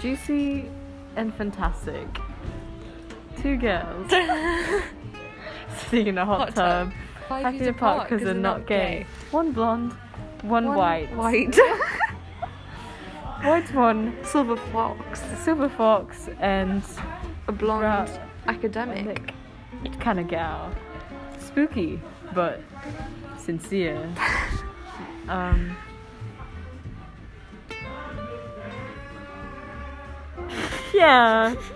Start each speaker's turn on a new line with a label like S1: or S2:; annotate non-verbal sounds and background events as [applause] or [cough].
S1: Juicy and Fantastic. Two [laughs] girls sitting in a hot,
S2: Hot
S1: tub.
S2: tub.
S1: Five years apart because they're not gay. One blonde, one,
S2: One
S1: white. [laughs]
S2: White.
S1: White one,
S2: Silver fox.
S1: silver fox, and
S2: A blonde
S1: Right.
S2: academic.
S1: Nick. Kind of gal. Spooky, but [laughs] sincere. um. [laughs] Yeah.